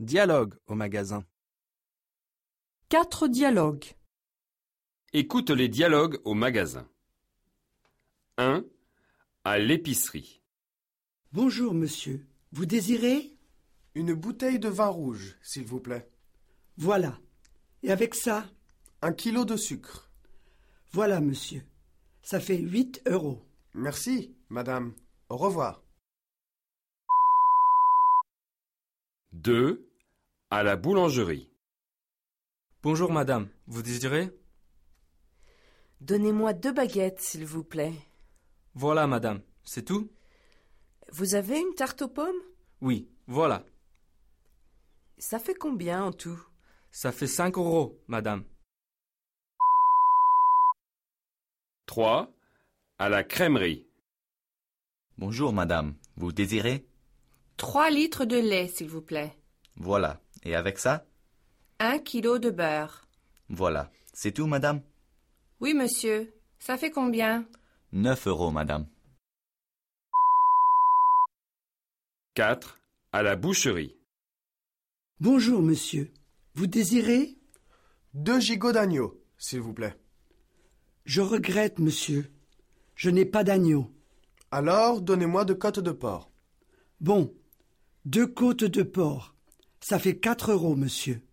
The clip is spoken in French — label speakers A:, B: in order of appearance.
A: Dialogue au magasin.
B: Quatre dialogues.
C: Écoute les dialogues au magasin. 1. À l'épicerie.
D: Bonjour, monsieur. Vous désirez
E: Une bouteille de vin rouge, s'il vous plaît.
D: Voilà. Et avec ça
E: Un kilo de sucre.
D: Voilà, monsieur. Ça fait 8 euros.
E: Merci, madame. Au revoir.
C: 2. À la boulangerie.
F: Bonjour madame, vous désirez
G: Donnez-moi deux baguettes, s'il vous plaît.
F: Voilà madame, c'est tout
G: Vous avez une tarte aux pommes
F: Oui, voilà.
G: Ça fait combien en tout
F: Ça fait 5 euros, madame.
C: 3. À la crèmerie.
H: Bonjour, madame. Vous désirez
I: Trois litres de lait, s'il vous plaît.
H: Voilà. Et avec ça
I: Un kilo de beurre.
H: Voilà. C'est tout, madame
I: Oui, monsieur. Ça fait combien
H: 9 euros, madame.
C: 4. À la boucherie.
D: Bonjour, monsieur. Vous désirez
E: Deux gigots d'agneau, s'il vous plaît.
D: Je regrette, monsieur. Je n'ai pas d'agneau.
E: Alors, donnez-moi deux côtes de porc.
D: Bon. Deux côtes de porc. Ça fait 4 euros, monsieur.